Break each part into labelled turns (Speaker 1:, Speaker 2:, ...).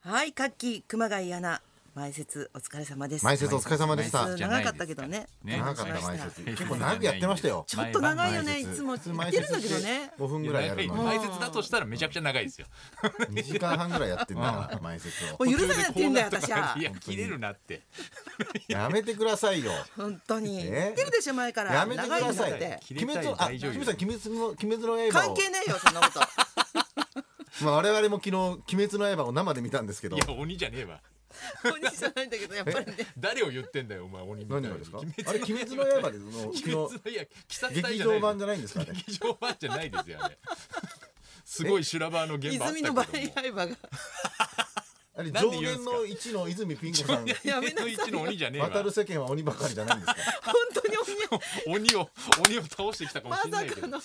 Speaker 1: はい、カッキー熊谷アナ、前説お疲れ様です。
Speaker 2: 前説お疲れ様でした
Speaker 1: 前説長かったけどね。
Speaker 3: 前
Speaker 2: 長か
Speaker 3: 説
Speaker 2: った前説
Speaker 3: ね
Speaker 2: 結構長くやってましたよ
Speaker 1: ちょっと長いよね、
Speaker 2: 前
Speaker 1: い
Speaker 2: 説
Speaker 1: つも
Speaker 2: 普通
Speaker 1: 言ってるんだけどね。
Speaker 2: 5分ぐらいやるのに
Speaker 3: 前説だとしたらめちゃくちゃ長いですよ。
Speaker 2: 2時間半ぐらいやってんだ前説
Speaker 3: 。
Speaker 2: を
Speaker 1: もう許せないって言うんだよ、私はい
Speaker 3: や切れるなって。
Speaker 2: やめてくださいよ
Speaker 1: 本当に。
Speaker 2: え
Speaker 1: 言ってるでしょ、前から。
Speaker 2: やめてく
Speaker 1: 長い
Speaker 2: だ
Speaker 1: んだ
Speaker 2: さ
Speaker 1: っ
Speaker 2: い
Speaker 1: て。
Speaker 3: 切れたい
Speaker 2: 鬼滅をあ
Speaker 3: 大女優
Speaker 2: 清水さん鬼滅の鬼滅の刃
Speaker 1: 関
Speaker 2: を
Speaker 1: 係ねえよ、そんなこと。
Speaker 2: まあ我々も昨日鬼滅の刃を生で見たんですけど
Speaker 3: いや鬼じゃねえわ。
Speaker 1: 本人じゃないんだけど、やっぱ りね。
Speaker 3: 誰を言ってんだよお前鬼みた
Speaker 2: 何
Speaker 3: いに。
Speaker 2: がですか
Speaker 3: 鬼滅
Speaker 2: あれ鬼滅の刃での
Speaker 3: 鬼
Speaker 2: 昨
Speaker 3: 滅
Speaker 2: 日
Speaker 3: のいや鬼殺隊
Speaker 2: 劇
Speaker 3: じゃな
Speaker 2: 場
Speaker 3: い
Speaker 2: 版じゃないんですかね
Speaker 3: 劇場版じゃないですよあれ。 すごい修羅場の現場あったけ
Speaker 1: 泉の
Speaker 3: ども
Speaker 1: バ。レー刃が。
Speaker 2: あれ
Speaker 3: なん
Speaker 2: 上
Speaker 3: で言うん
Speaker 2: 限
Speaker 3: ですか
Speaker 2: の1の泉ピン子さ ん
Speaker 1: やめなさい。
Speaker 3: 一の鬼じゃねえわ。
Speaker 2: 渡る世間は鬼ばかりじゃないん ですか
Speaker 1: 本当に鬼は。
Speaker 3: 鬼を鬼を倒してきたかも
Speaker 1: ま
Speaker 3: しれな
Speaker 1: さ
Speaker 3: いけ
Speaker 1: か
Speaker 3: ど。
Speaker 1: の。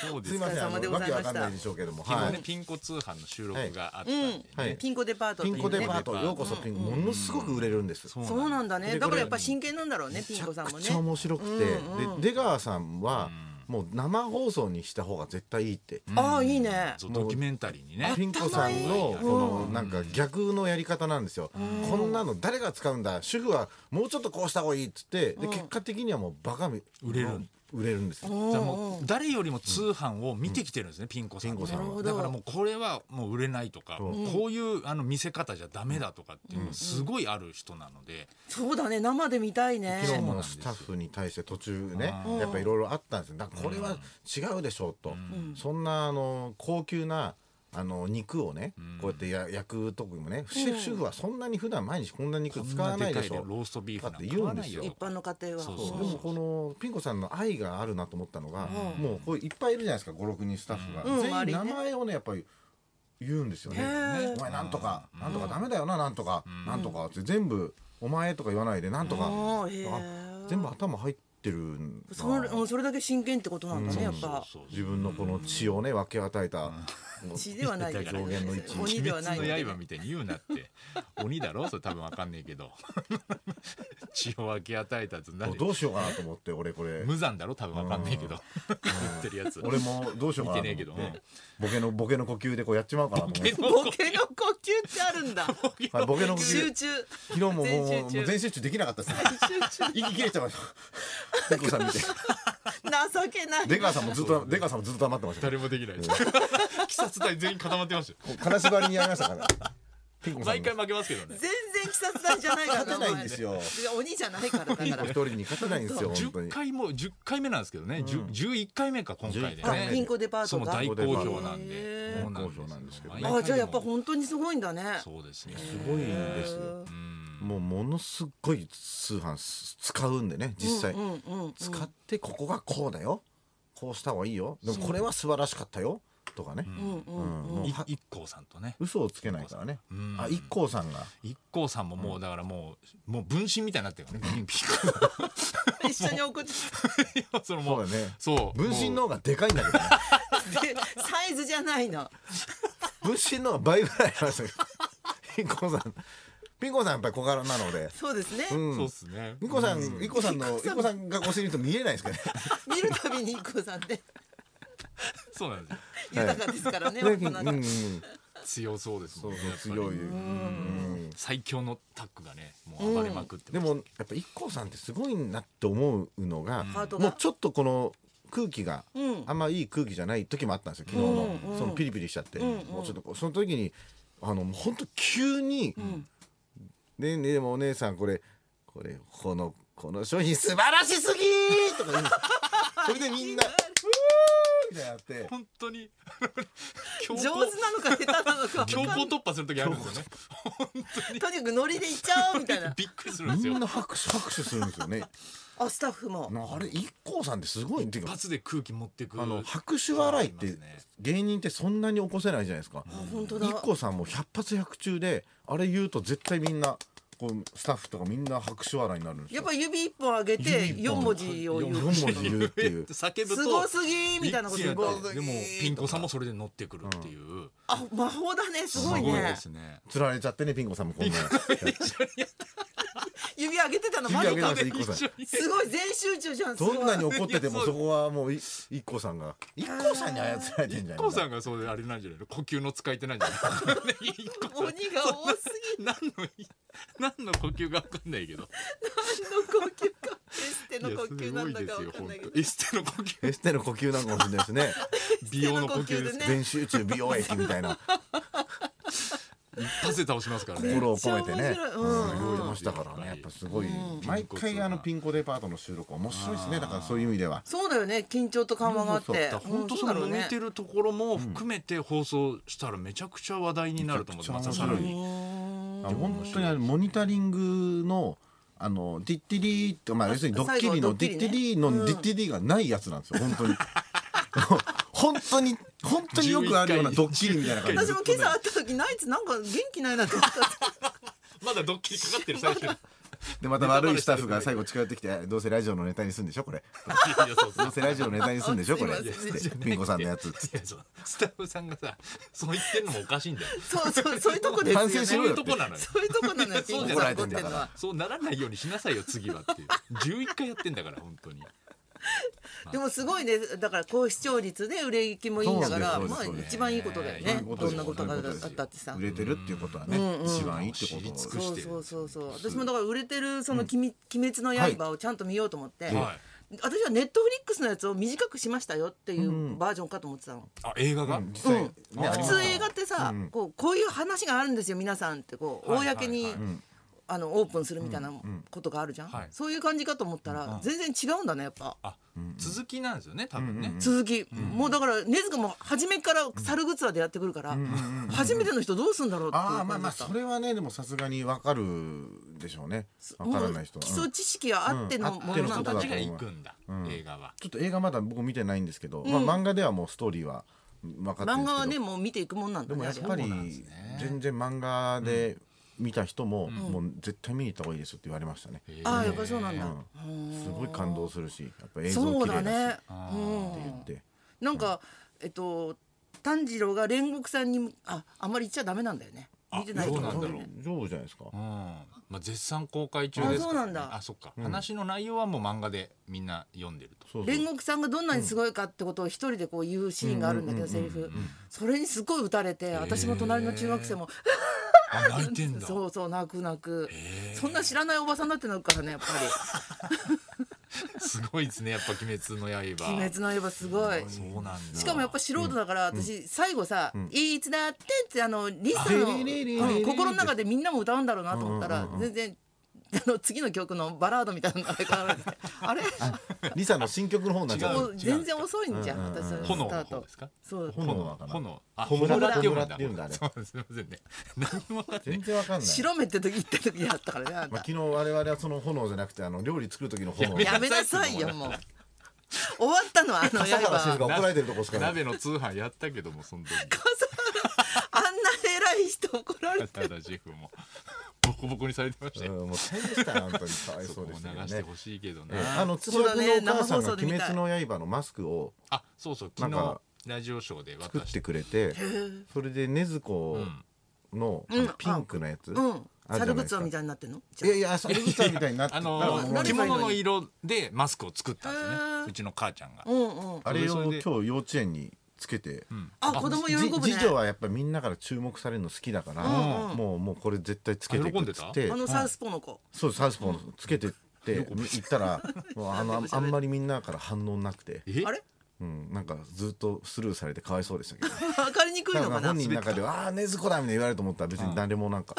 Speaker 3: そうです
Speaker 2: い
Speaker 3: す
Speaker 2: ませんあ
Speaker 1: お疲れ様で
Speaker 2: の
Speaker 1: ご
Speaker 2: わ
Speaker 1: ざい
Speaker 2: け
Speaker 1: ま
Speaker 2: わ
Speaker 1: した
Speaker 2: かんないでしょうけども
Speaker 3: 昨
Speaker 2: は
Speaker 3: 日
Speaker 2: い
Speaker 3: ねピンコ通販の収録があったんでね。
Speaker 2: はい
Speaker 1: ピンコデパートとい
Speaker 2: ピ
Speaker 1: う
Speaker 2: ン
Speaker 1: ね。
Speaker 2: コデパートようこそピンコものすごく売れるんです
Speaker 3: そう
Speaker 1: そうなんだね。
Speaker 2: で
Speaker 1: だからやっ
Speaker 2: こ
Speaker 1: ぱ
Speaker 2: れ
Speaker 1: 真剣なんだろうね、ピン
Speaker 2: めちゃ
Speaker 1: コさんも
Speaker 2: く
Speaker 1: ね
Speaker 2: ちゃ。面白くて、で出川さんはもう生放送にした方が絶対いいって、
Speaker 1: ああ、いいね。
Speaker 3: そうドキュメンタリーにね。
Speaker 2: ピンコさんのこ
Speaker 3: 頭
Speaker 2: のなんか逆のやり方なんですよ、こんなの誰が使うんだ主婦はもうちょっとこうした方がいいっつってで結果的にはもうバカみ
Speaker 3: 売れる
Speaker 2: 売れるんですよ
Speaker 3: じゃあもう誰よりも通販を見てきてるんですね、ピン子さん
Speaker 2: ピン子さんはなる
Speaker 1: ほど
Speaker 3: だからもうこれはもう売れないとか、こういうあの見せ方じゃダメだとかっていうのすごいある人なので、
Speaker 1: そうだね、生で見たいね。
Speaker 2: 昨日もスタッフに対して途中ねやっぱいろいろあったんですよだからこれは違うでしょうと、そんなあの高級なあの肉をね、こうやってや焼くとこにもね、主主婦はそんなに普段毎日こんな肉
Speaker 3: こん
Speaker 2: 使わないでし
Speaker 3: か
Speaker 2: ょ
Speaker 3: ローストビーフなんか
Speaker 2: だって言うんです
Speaker 1: 一
Speaker 2: よ
Speaker 1: 般の家庭は。
Speaker 3: そう
Speaker 2: そう
Speaker 3: う
Speaker 2: でもこのピン子さんの愛があるなと思ったのが、もうこういっぱいいるじゃないですか56人スタッフが、
Speaker 1: うん周
Speaker 2: 全
Speaker 1: り
Speaker 2: 員
Speaker 1: ね
Speaker 2: 名前をねやっぱり言うんですよね
Speaker 1: へー
Speaker 2: お前なんとか、なんとかダメだよななんとか、なんとかって全部「お前」とか言わないで「なんとか」
Speaker 1: あーへー
Speaker 2: あ全部頭入ってるんだ
Speaker 1: それうんそれだけ真剣ってことなんだね、やっぱ。
Speaker 3: そう
Speaker 2: 自分のこの血をね分け与えた、もう
Speaker 1: 血ではないけど
Speaker 2: 上限の一
Speaker 1: 鬼
Speaker 3: 鬼
Speaker 1: では
Speaker 3: 滅
Speaker 1: ないの
Speaker 3: の
Speaker 1: で
Speaker 3: 刃みたいに言うなって 鬼だろそれ多分わかんねえけど 血を分け与えたとな
Speaker 2: どうしようかなと思って俺これ
Speaker 3: 無残だろ多分わかんねえけど 言ってるやつ
Speaker 2: 俺もどうしようかなと思って
Speaker 3: 見てねえけど
Speaker 2: ボケのボケの呼吸でこうやっちまおうかなと思って
Speaker 1: ボケの呼吸ってある んだ。
Speaker 2: はいボケの呼
Speaker 1: 集
Speaker 2: 吸
Speaker 1: 中。
Speaker 2: 昨日ももう
Speaker 1: 全集
Speaker 2: もう
Speaker 1: 中
Speaker 2: 全集中できなかったですね
Speaker 1: 集中。
Speaker 2: 息切れちゃいました。猫さん見て。
Speaker 1: 情けない。
Speaker 2: 出川さんもずっと、出川さんもずっと黙ってましたよ。
Speaker 3: 誰もできないです 鬼殺隊全員固まってましたよ
Speaker 2: 金縛りにやりましたから。ピンコさん
Speaker 3: 毎
Speaker 2: も。
Speaker 3: 回負けますけど
Speaker 1: 全
Speaker 3: ね
Speaker 1: 然鬼殺隊じゃないから。
Speaker 2: 勝てないんですよ
Speaker 1: 名前鬼じゃないからだか
Speaker 2: ピンコ一
Speaker 1: ら。
Speaker 2: 人に勝てないんですよ、本当
Speaker 3: 10
Speaker 2: に。
Speaker 3: 回も10回目なんですけどね、十11回目か今回で
Speaker 2: 11回
Speaker 3: ね
Speaker 2: 目
Speaker 1: あピンコデパート
Speaker 3: その
Speaker 1: が。
Speaker 3: 大好評なん
Speaker 1: へ
Speaker 3: で
Speaker 1: ー
Speaker 3: そうなんです
Speaker 2: 大好評なんですけど
Speaker 3: 毎回も
Speaker 1: あ、じゃあやっぱ本当にすごいんだね。
Speaker 3: そうですね
Speaker 2: すごいんですよ。もうものすごい通販す使うんでね、実際。使って、ここがこうだよ。こうした方がいいよ。でもこれは素晴らしかったよ。とかね。うんもう
Speaker 3: い
Speaker 2: は
Speaker 3: 一光さんとね
Speaker 2: 嘘をつけないからね。あ、一光さんが。
Speaker 3: 一光さんももうだからもう、もう分身みたいになってる からねピンピ
Speaker 1: 一緒に送ってき
Speaker 3: ンコそ
Speaker 2: そ
Speaker 3: のも
Speaker 2: う
Speaker 3: う
Speaker 2: だね。
Speaker 3: そう
Speaker 2: 分身の方
Speaker 3: も
Speaker 2: がでかいんだけどね。
Speaker 1: てサイズじゃないの。
Speaker 2: 分身の方が倍ぐらいありましたけど ピンコさんピンコさんやっぱり小柄なので
Speaker 1: そうですね。
Speaker 3: う
Speaker 2: うん
Speaker 3: そうっすね
Speaker 2: イコさん、イコさんの、イコさんがお尻と見えないですか ね。
Speaker 1: 見るたびに一個さんで
Speaker 3: そうなんですよ
Speaker 1: 豊かですからね。
Speaker 2: う
Speaker 1: 大
Speaker 2: ん、
Speaker 1: 人
Speaker 2: う
Speaker 1: が
Speaker 2: ん
Speaker 3: 強そうですもんねやっぱり
Speaker 2: 強い。うん
Speaker 3: 最強のタッグがねもう暴れまくって
Speaker 2: で
Speaker 3: まし
Speaker 2: も、やっぱ一光さんってすごいなって思うのが、
Speaker 1: ハートが
Speaker 2: もうちょっとこの。空気が
Speaker 1: うん
Speaker 2: あんまいい空気じゃない時もあったんですよ昨日の、
Speaker 1: うんうん
Speaker 2: そのピリピリしちゃって、もうちょっとこうその時にあのもう本当急に、ねねでもお姉さんこれこれこのこの商品素晴らしすぎーとか言うんですよそれでみんな「うー!」みたいになって
Speaker 3: た本 当に強
Speaker 1: 上
Speaker 3: 行
Speaker 1: 手なのか下手なのか。
Speaker 3: 強行突破する時あるんですよね
Speaker 1: とにかくノリでいっちゃおうみたい な。
Speaker 3: びっくりするんです
Speaker 2: み
Speaker 3: よ
Speaker 2: んな拍手拍手するんですよね。
Speaker 1: あ、スタッフも。
Speaker 2: なあれ一光さんってすごいっていう
Speaker 3: 一
Speaker 2: か
Speaker 3: 発で空気持ってく
Speaker 2: あの拍手笑いっ
Speaker 3: あり
Speaker 2: て
Speaker 3: ますね
Speaker 2: 芸人ってそんなに起こせないじゃないですか。
Speaker 1: 本当だ。
Speaker 2: 一光さんも百発百中であれ言うと絶対みんなこうスタッフとかみんな拍手笑いになるんです
Speaker 1: やっ
Speaker 2: よ。
Speaker 1: ぱ指一本上げて
Speaker 2: 指一
Speaker 1: 四
Speaker 2: 本
Speaker 1: 文字を言う
Speaker 2: 四文字言うっていう
Speaker 3: 叫ぶと
Speaker 1: すごすぎみたいなこと言う
Speaker 3: 一気にや
Speaker 1: と
Speaker 3: ってでもピン子さんもそれで乗ってくるっていう
Speaker 1: あ魔法だねす
Speaker 3: す
Speaker 1: ごいね
Speaker 3: ね
Speaker 2: つられちゃってねピン子さんもこんなのやって
Speaker 1: 指指上げてたのマ
Speaker 2: 指
Speaker 1: ジ
Speaker 2: 上げたん
Speaker 1: か
Speaker 2: ですよ i k さん
Speaker 1: すごい全集中じゃんすご
Speaker 2: ど
Speaker 1: い
Speaker 2: んなに怒っててもそこはもうい IKKO さんが IKKO さんに操られてんじゃない
Speaker 3: コウさんがそれあれなんじゃないの呼吸の使い手なんじゃないの一個さん
Speaker 1: 鬼 が多す
Speaker 3: 何の何の呼吸が分かんないけど
Speaker 1: ぎるの呼吸かエステの
Speaker 3: いや
Speaker 1: 呼
Speaker 3: す
Speaker 1: 吸な
Speaker 3: ご
Speaker 1: ん
Speaker 3: い
Speaker 1: だ
Speaker 3: で
Speaker 1: か
Speaker 3: す
Speaker 1: わ
Speaker 3: よ
Speaker 1: かん
Speaker 3: 本
Speaker 1: ないけど
Speaker 3: 当エステの呼吸
Speaker 2: エステの呼吸なんかもしれないですね
Speaker 3: 美容の呼吸です
Speaker 1: ね
Speaker 2: 全集中美容液みたいな
Speaker 3: 一発で倒しますからね
Speaker 2: 心を込めて
Speaker 1: めっ
Speaker 2: ね
Speaker 1: ちゃ面白いうん
Speaker 2: うん動いてましたからねやっぱすごい毎回あのピンコデパートの収録面白いですねだからそういう意味では
Speaker 1: そうだよね緊張と緩和があっ
Speaker 2: そうそ
Speaker 1: て
Speaker 2: う
Speaker 1: うん
Speaker 3: 本当そ
Speaker 1: だ
Speaker 3: の
Speaker 1: ろう
Speaker 3: 揉め
Speaker 1: ね
Speaker 3: てるところも含めて放送したらめちゃくちゃ話題になると思ってま
Speaker 2: めち
Speaker 3: た
Speaker 2: ゃくちゃ
Speaker 3: さらに
Speaker 2: あ本当にあのモニタリングのあのディッティリーとまあ要するにドッキリ
Speaker 1: 最後ド
Speaker 2: の
Speaker 1: ッキリね
Speaker 2: ディッティリーのディッティリーがないやつなんですよ本当に本当に本当によくあるような
Speaker 3: 11回
Speaker 2: ドッキリみたいな感じ
Speaker 1: 私も今朝会った時ナイツなんか元気ないなと思った
Speaker 3: まだドッキリかかってる最初にいや
Speaker 2: でまた悪いスタッフが最後近寄ってきて「どうせラジオのネタにすんでしょこれ」
Speaker 3: いやそうそう
Speaker 2: どうせラジオのネタにすんでしょこれ」
Speaker 1: あすいません
Speaker 2: つってピン子さんのやつっつっ
Speaker 3: い
Speaker 2: て
Speaker 3: やそうスタッフさんがさそう言ってるのもおかしいんだよ
Speaker 1: そうそうそういうとこですよね
Speaker 2: 反省し
Speaker 3: そう
Speaker 2: ろ
Speaker 3: いう
Speaker 2: よ
Speaker 3: とこなのよ
Speaker 1: そういうとこなのよピンクさん怒ってるのは
Speaker 3: そうならないようにしなさいよ次はっていう11回やってんだから本当に
Speaker 1: でもすごいねだから高視聴率で売れ行きもいいんだから
Speaker 2: そうです
Speaker 1: まあ
Speaker 2: そうです
Speaker 1: 一番いいことだよね
Speaker 3: そういうこと
Speaker 1: どんな
Speaker 3: です
Speaker 1: ことがあったってさ
Speaker 2: 売れてるっていうことはね一番いいってこ
Speaker 3: 知り尽
Speaker 2: と
Speaker 3: く
Speaker 2: を
Speaker 3: し
Speaker 1: そう
Speaker 3: て
Speaker 1: そうそうそう私もだから売れてるその君「鬼滅の刃」をちゃんと見ようと思って、
Speaker 3: はい
Speaker 1: 私はネットフリックスのやつを短くしましたよっていうバージョンかと思ってたの、
Speaker 3: あ映画が、
Speaker 2: 実際ね
Speaker 3: うん
Speaker 2: あ
Speaker 1: 普
Speaker 2: ります
Speaker 1: 通映画ってさ、こうこういう話があるんですよ皆さんってこう
Speaker 3: はいはい
Speaker 1: 公に、
Speaker 3: はい
Speaker 1: あのオープンするみたいなことがあるじゃん、
Speaker 3: はい
Speaker 1: そういう感じかと思ったら、全然違うんだねやっぱ。
Speaker 3: あ続きなんですよね多分ね、
Speaker 1: 続き、もうだから根塚も初めから猿グツラでやってくるから、初めての人どうすんだろうっていう
Speaker 2: ああま
Speaker 1: 感
Speaker 2: あ
Speaker 1: じ
Speaker 2: ま
Speaker 1: だ
Speaker 2: あ
Speaker 1: った
Speaker 2: それはねでもさすがにわかるでしょうねわからない人
Speaker 1: もう
Speaker 2: は
Speaker 1: 基
Speaker 2: うん
Speaker 1: 礎知識があっての
Speaker 2: うん
Speaker 1: も
Speaker 2: あって
Speaker 1: のな
Speaker 2: の
Speaker 3: 人
Speaker 1: んだ
Speaker 3: た
Speaker 1: ね
Speaker 3: ちが行くんだ、映画は
Speaker 2: ちょっと映画まだ僕見てないんですけど、まあ漫画ではもうストーリーは分かってる
Speaker 1: 漫
Speaker 2: んですけ
Speaker 1: 画
Speaker 2: ど
Speaker 1: はねもう見ていくもんなん
Speaker 2: で
Speaker 1: だ
Speaker 2: も
Speaker 1: ね
Speaker 2: や
Speaker 1: あれ
Speaker 2: っぱ
Speaker 1: は
Speaker 2: り全然漫画で見た人も、もう絶対見に行った方がいいですよって言われましたね、
Speaker 1: ああやっぱりそうなんだ、
Speaker 2: すごい感動するしやっぱ映像
Speaker 1: そう
Speaker 2: 綺
Speaker 1: だ
Speaker 2: 麗だ
Speaker 1: ね
Speaker 2: し
Speaker 1: うん
Speaker 2: 言って、
Speaker 1: なんか、えっと炭治郎が煉獄さんにああんまり言っちゃダメなんだよね見てないと
Speaker 3: そう
Speaker 1: 思
Speaker 3: なん
Speaker 1: う
Speaker 3: だ
Speaker 1: んだ
Speaker 3: ろ
Speaker 1: よ
Speaker 3: う
Speaker 1: ね
Speaker 2: 上手じゃないですか、
Speaker 3: うんまあ、絶賛公開中ですから、ね、
Speaker 1: あそうなんだ
Speaker 3: あそっか、話の内容はもう漫画でみんな読んでると
Speaker 2: そうそう
Speaker 1: 煉獄さんがどんなにすごいかってことを一人でこう言うシーンがあるんだけどセリフそれにすごい打たれて私も隣の中学生も
Speaker 3: あ泣いてん だ
Speaker 1: そうそう泣く泣くそんな知らないおばさんだって泣くからねやっぱ
Speaker 3: すごいですねやっぱ「鬼滅の刃」
Speaker 1: り「鬼滅の刃」すごい。
Speaker 3: そうなんだ
Speaker 1: しかもやっぱ素人だから私最後さ「いつだって」ってあのリサの
Speaker 2: リリリリリ
Speaker 1: うん心の中でみんなも歌うんだろうなと思ったら全然あの次の曲のバラードみたいなのが流れててあれ
Speaker 2: リサの新曲の方になっちゃ
Speaker 1: も
Speaker 2: う
Speaker 1: う全然遅いんじゃん私のスタ
Speaker 3: 炎の
Speaker 1: ー
Speaker 3: 方
Speaker 1: ト
Speaker 3: ですか
Speaker 1: そう
Speaker 2: 炎はかな
Speaker 3: 炎あ
Speaker 2: 炎
Speaker 3: 炎って読む
Speaker 2: 炎
Speaker 3: んだ
Speaker 2: って言うんだあれ
Speaker 3: そうすいませんね何も分かってない
Speaker 2: 全然わかんない、
Speaker 1: 白目って時行った時やったからねあん
Speaker 2: まあ、
Speaker 1: た
Speaker 2: 昨日我々はその炎じゃなくてあの料理作る時の炎
Speaker 1: やめなさいよもう終わったのはあの
Speaker 2: 笠原シェフ
Speaker 1: 刃
Speaker 2: が怒られてるとこしかない
Speaker 3: 鍋の通販やったけどもその時
Speaker 1: あんな偉い人怒られて
Speaker 3: ただジェフもボコボコにされてました
Speaker 2: うん
Speaker 3: よ、
Speaker 2: もう大変でしたよ本当にかわい
Speaker 3: そ
Speaker 2: そうで
Speaker 3: こも
Speaker 2: し
Speaker 3: 流
Speaker 2: たけど
Speaker 3: して
Speaker 2: ね
Speaker 3: ほしいけどね、
Speaker 2: ええあのつ
Speaker 1: そう
Speaker 2: ば
Speaker 1: だ
Speaker 2: く
Speaker 1: ね
Speaker 2: のお母さ
Speaker 1: 生
Speaker 2: んが
Speaker 1: 放送
Speaker 2: 「
Speaker 1: で
Speaker 2: 鬼
Speaker 1: 見たい
Speaker 2: 滅の刃」のマスクを
Speaker 3: あそうそう
Speaker 2: な
Speaker 3: 昨
Speaker 2: ん
Speaker 3: 日
Speaker 2: か
Speaker 3: ラジオショーで
Speaker 2: 作っ
Speaker 3: 私
Speaker 2: てくれてそれで禰豆子のあ
Speaker 1: うん
Speaker 2: のピンクのや
Speaker 1: う
Speaker 2: つ、
Speaker 1: ん
Speaker 2: あるじゃ
Speaker 1: 猿グツ
Speaker 2: ないです
Speaker 1: ラみ
Speaker 2: か
Speaker 1: たいになってんの
Speaker 2: いやいや猿グツみたいになって
Speaker 3: あ
Speaker 2: たら
Speaker 3: の
Speaker 2: もう
Speaker 3: 着物の色でマスクを作ったんですね
Speaker 1: へー
Speaker 3: うちの母ちゃんが
Speaker 1: うんうん
Speaker 2: あれ
Speaker 3: それ
Speaker 2: を
Speaker 3: で
Speaker 2: 今日幼稚園につけて、
Speaker 1: あ子供喜ぶ
Speaker 2: じ
Speaker 1: ね
Speaker 2: 次女はやっぱりみんなから注目されるの好きだから、もうもうこれ絶対つけていくっつ
Speaker 3: あ
Speaker 2: っ
Speaker 3: 喜ん
Speaker 2: て
Speaker 1: あのサウスポの子
Speaker 2: そうサウスポーのつけてって行ったらもうあのあんあんまりみんなから反応なくて、
Speaker 3: え
Speaker 1: あれ
Speaker 2: うん、なんかずっとスルーされてかわいそうでしたけど。
Speaker 1: 分かりにくい
Speaker 2: だ
Speaker 1: の
Speaker 2: か
Speaker 1: からな
Speaker 2: 本人の中では「ああ禰豆子だ」みたいな言われると思ったら別に誰もなんか、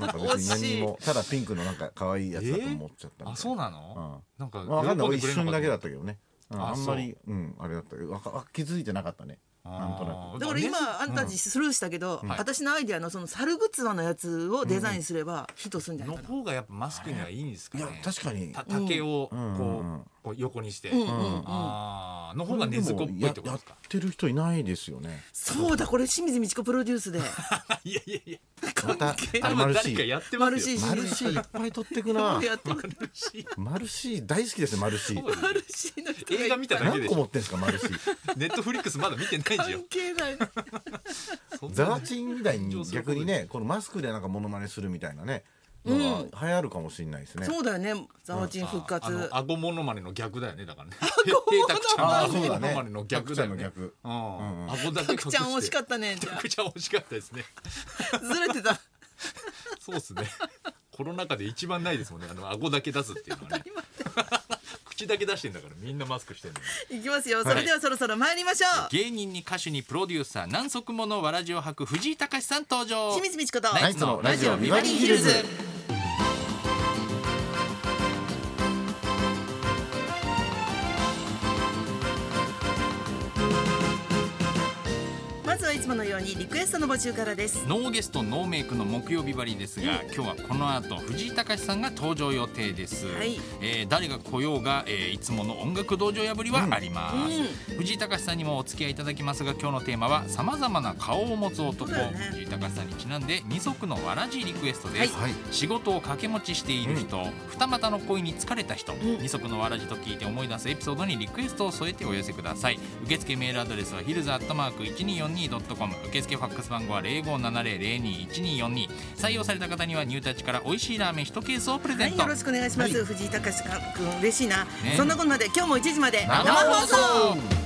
Speaker 2: なんか別に何にもただピンクのなんか可愛いやつだと思っちゃったみたいな
Speaker 3: あそうなの、なんか
Speaker 2: まあ、分かんない俺
Speaker 3: 喜
Speaker 2: 一
Speaker 3: でくれ
Speaker 2: 瞬
Speaker 3: な
Speaker 2: だけだ
Speaker 3: か
Speaker 2: ったけどね、うん
Speaker 3: あ
Speaker 2: あんまりうんあれだったけどわかわ気づいてなかったねなんとな
Speaker 3: あー
Speaker 2: く
Speaker 1: だから今あんたたちスルーしたけど、私のアイデアのその猿グツラのやつをデザインすればヒットするんじゃない
Speaker 3: の
Speaker 1: かな、
Speaker 3: 方がやっぱマスクにはいいんですか
Speaker 2: い
Speaker 3: ね
Speaker 2: や確かに
Speaker 3: た竹をこう,、こう横にして、あーの方が根豆子っぽいってこと
Speaker 2: や
Speaker 3: で
Speaker 2: っ
Speaker 3: すか
Speaker 2: てる人いないですよね
Speaker 1: そうだこれ清水ミチコプロデュースで
Speaker 3: いやいやいや
Speaker 2: また
Speaker 3: 多
Speaker 2: マ
Speaker 3: 分
Speaker 2: ル
Speaker 3: 誰か
Speaker 2: シ
Speaker 3: やってますよ
Speaker 1: マルシー
Speaker 2: マルシいっぱい撮ってくな
Speaker 1: やってくる
Speaker 3: マルシー
Speaker 2: マルシ大好きですねマルシ
Speaker 3: そうだよ
Speaker 1: マルシーの人がいっぱい
Speaker 3: 映画見ただけ
Speaker 2: 何
Speaker 3: で
Speaker 2: 個持ってんすかマルシ
Speaker 3: ネットフリックスまだ見てないんじゃ
Speaker 1: 関
Speaker 3: ん
Speaker 1: 係ない
Speaker 3: そんな
Speaker 2: ザワチンみたいに逆にねこのマスクでなんかモノマネするみたいなねのが流行るかもしれないですね。
Speaker 1: そうだよねザワチン復
Speaker 3: あ
Speaker 1: 活
Speaker 3: の顎モノマネの逆だよねだからね平たくちゃんの
Speaker 2: あー
Speaker 3: 顎
Speaker 2: そうだ
Speaker 3: モ
Speaker 2: ね
Speaker 3: ノマネの逆だよね
Speaker 2: たくちゃんの逆
Speaker 3: うん顎だけ
Speaker 1: たくちゃん惜しか
Speaker 3: っ
Speaker 1: ったね
Speaker 3: た
Speaker 1: じゃ
Speaker 3: たくちゃん惜しかったですね
Speaker 1: あずれてた
Speaker 3: そうですねコロナ禍で一番ないですもんねあの顎だけ出すっていうのはね 口だけ出してんだからみんなマスクしてんだよ
Speaker 1: いきますよそれではそろそろ参りましょう
Speaker 3: 芸人に歌手にプロデューサー何足ものわらじを履く藤井隆さん登場
Speaker 1: 清水美智子と
Speaker 3: ナイツのラジオビバリーヒルズ
Speaker 1: まずはいつものようにリクエストの募集からです
Speaker 3: ノーゲストノーメイクの木曜日ばりですが、今日はこの後藤井隆さんが登場予定です、
Speaker 1: はい
Speaker 3: えー誰が来ようが、えーいつもの音楽道場破りはあります、藤井隆さんにもお付き合いいただきますが今日のテーマはさまざまな顔を持つ男、
Speaker 1: そうだよね
Speaker 3: 藤井隆さんにちなんで二足のわらじリクエストです、
Speaker 1: はい
Speaker 2: はい。
Speaker 3: 仕事を掛け持ちしている人、二股の恋に疲れた人、二足のわらじと聞いて思い出すエピソードにリクエストを添えてお寄せください受付メールアドレスはヒルズアットマーク 1242.com 受付ファックス番号は0570021242採用された方にはニュータッチから美味しいラーメン1ケースをプレ
Speaker 1: は
Speaker 3: ゼン
Speaker 1: い
Speaker 3: ト、
Speaker 1: よろしくお願いします、
Speaker 3: は
Speaker 1: 藤井隆君嬉しいな、
Speaker 3: ね
Speaker 1: そんなことまで今日も1時まで
Speaker 3: 生放送